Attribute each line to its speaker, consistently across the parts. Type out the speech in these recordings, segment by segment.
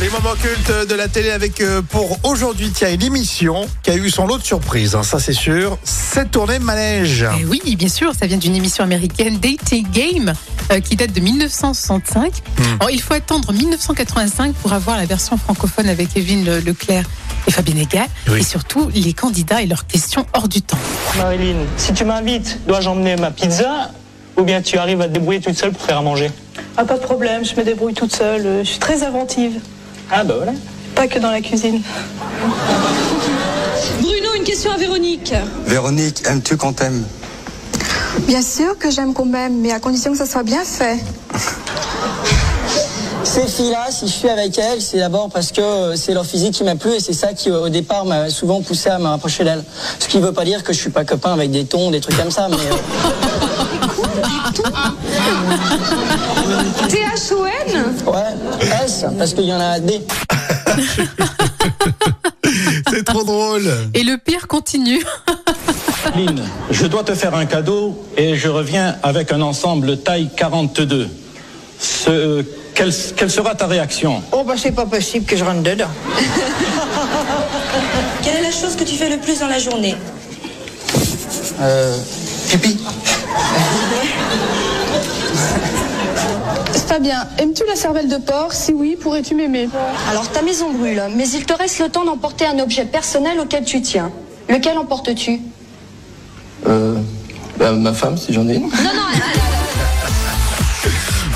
Speaker 1: Les moments cultes de la télé avec euh, pour aujourd'hui, tiens, l'émission qui a eu son lot de surprises, hein, ça c'est sûr, cette tournée manège.
Speaker 2: Eh oui, bien sûr, ça vient d'une émission américaine, Dating Game, euh, qui date de 1965.
Speaker 1: Hmm.
Speaker 2: Alors, il faut attendre 1985 pour avoir la version francophone avec Evelyne Le- Leclerc et Fabienne Ega,
Speaker 1: Oui.
Speaker 2: et surtout les candidats et leurs questions hors du temps.
Speaker 3: Marilyn, si tu m'invites, dois-je emmener ma pizza ou bien tu arrives à te débrouiller toute seule pour faire à manger
Speaker 4: Ah, pas de problème, je me débrouille toute seule. euh, Je suis très inventive,
Speaker 3: Ah bah voilà.
Speaker 4: pas que dans la cuisine.
Speaker 5: Bruno, une question à Véronique.
Speaker 6: Véronique, aimes-tu quand t'aimes
Speaker 7: Bien sûr que j'aime quand même, mais à condition que ça soit bien fait.
Speaker 8: Ces filles-là, si je suis avec elles, c'est d'abord parce que euh, c'est leur physique qui m'a plu et c'est ça qui, euh, au départ, m'a souvent poussé à me rapprocher d'elles. Ce qui ne veut pas dire que je suis pas copain avec des tons, des trucs comme ça, mais. euh,
Speaker 7: T-H-O-N
Speaker 8: ouais, S, parce qu'il y en a des.
Speaker 1: C'est trop drôle.
Speaker 2: Et le pire continue.
Speaker 9: Lynn, je dois te faire un cadeau et je reviens avec un ensemble taille 42. Ce- euh, quelle, quelle sera ta réaction
Speaker 8: Oh, bah, c'est pas possible que je rentre dedans.
Speaker 5: Quelle est la chose que tu fais le plus dans la journée
Speaker 8: Euh. Pipi
Speaker 7: Fabien, aimes-tu la cervelle de porc Si oui, pourrais-tu m'aimer
Speaker 5: Alors ta maison brûle, mais il te reste le temps d'emporter un objet personnel auquel tu tiens. Lequel emportes-tu
Speaker 8: Euh. Bah, ma femme, si j'en ai une.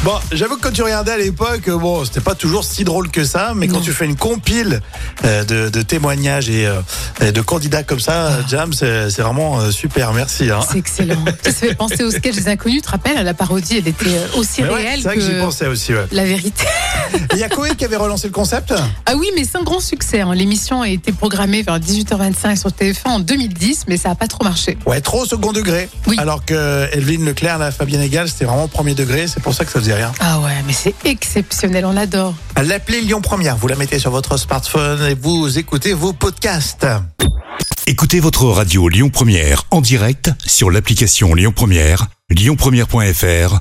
Speaker 1: Bon, j'avoue que quand tu regardais à l'époque, euh, bon, c'était pas toujours si drôle que ça, mais quand tu fais une compile euh, de, de témoignages et, euh, et de candidats comme ça,
Speaker 2: Ah.
Speaker 1: euh, Jam, c'est c'est vraiment euh, super, merci. hein.
Speaker 2: C'est excellent. ça fait penser au sketch des inconnus, tu te rappelles, la parodie, elle était euh, aussi
Speaker 1: Mais ouais,
Speaker 2: réelle
Speaker 1: c'est vrai que, j'y
Speaker 2: que
Speaker 1: pensais aussi, ouais.
Speaker 2: la vérité.
Speaker 1: Et Il y a Koé qui avait relancé le concept
Speaker 2: Ah oui, mais c'est un grand succès. hein. L'émission a été programmée vers 18h25 sur TF1 en 2010, mais ça n'a pas trop marché.
Speaker 1: Ouais, trop au second degré.
Speaker 2: Oui.
Speaker 1: Alors que Elvin Leclerc, la Fabienne Egal, c'était vraiment premier degré, c'est pour ça que ça faisait rien.
Speaker 2: Ah ouais, mais c'est exceptionnel, on adore.
Speaker 1: L'appli Lyon Première, vous la mettez sur votre smartphone et vous écoutez vos podcasts.
Speaker 10: Écoutez votre radio Lyon Première en direct sur l'application Lyon Première, lyonpremière.fr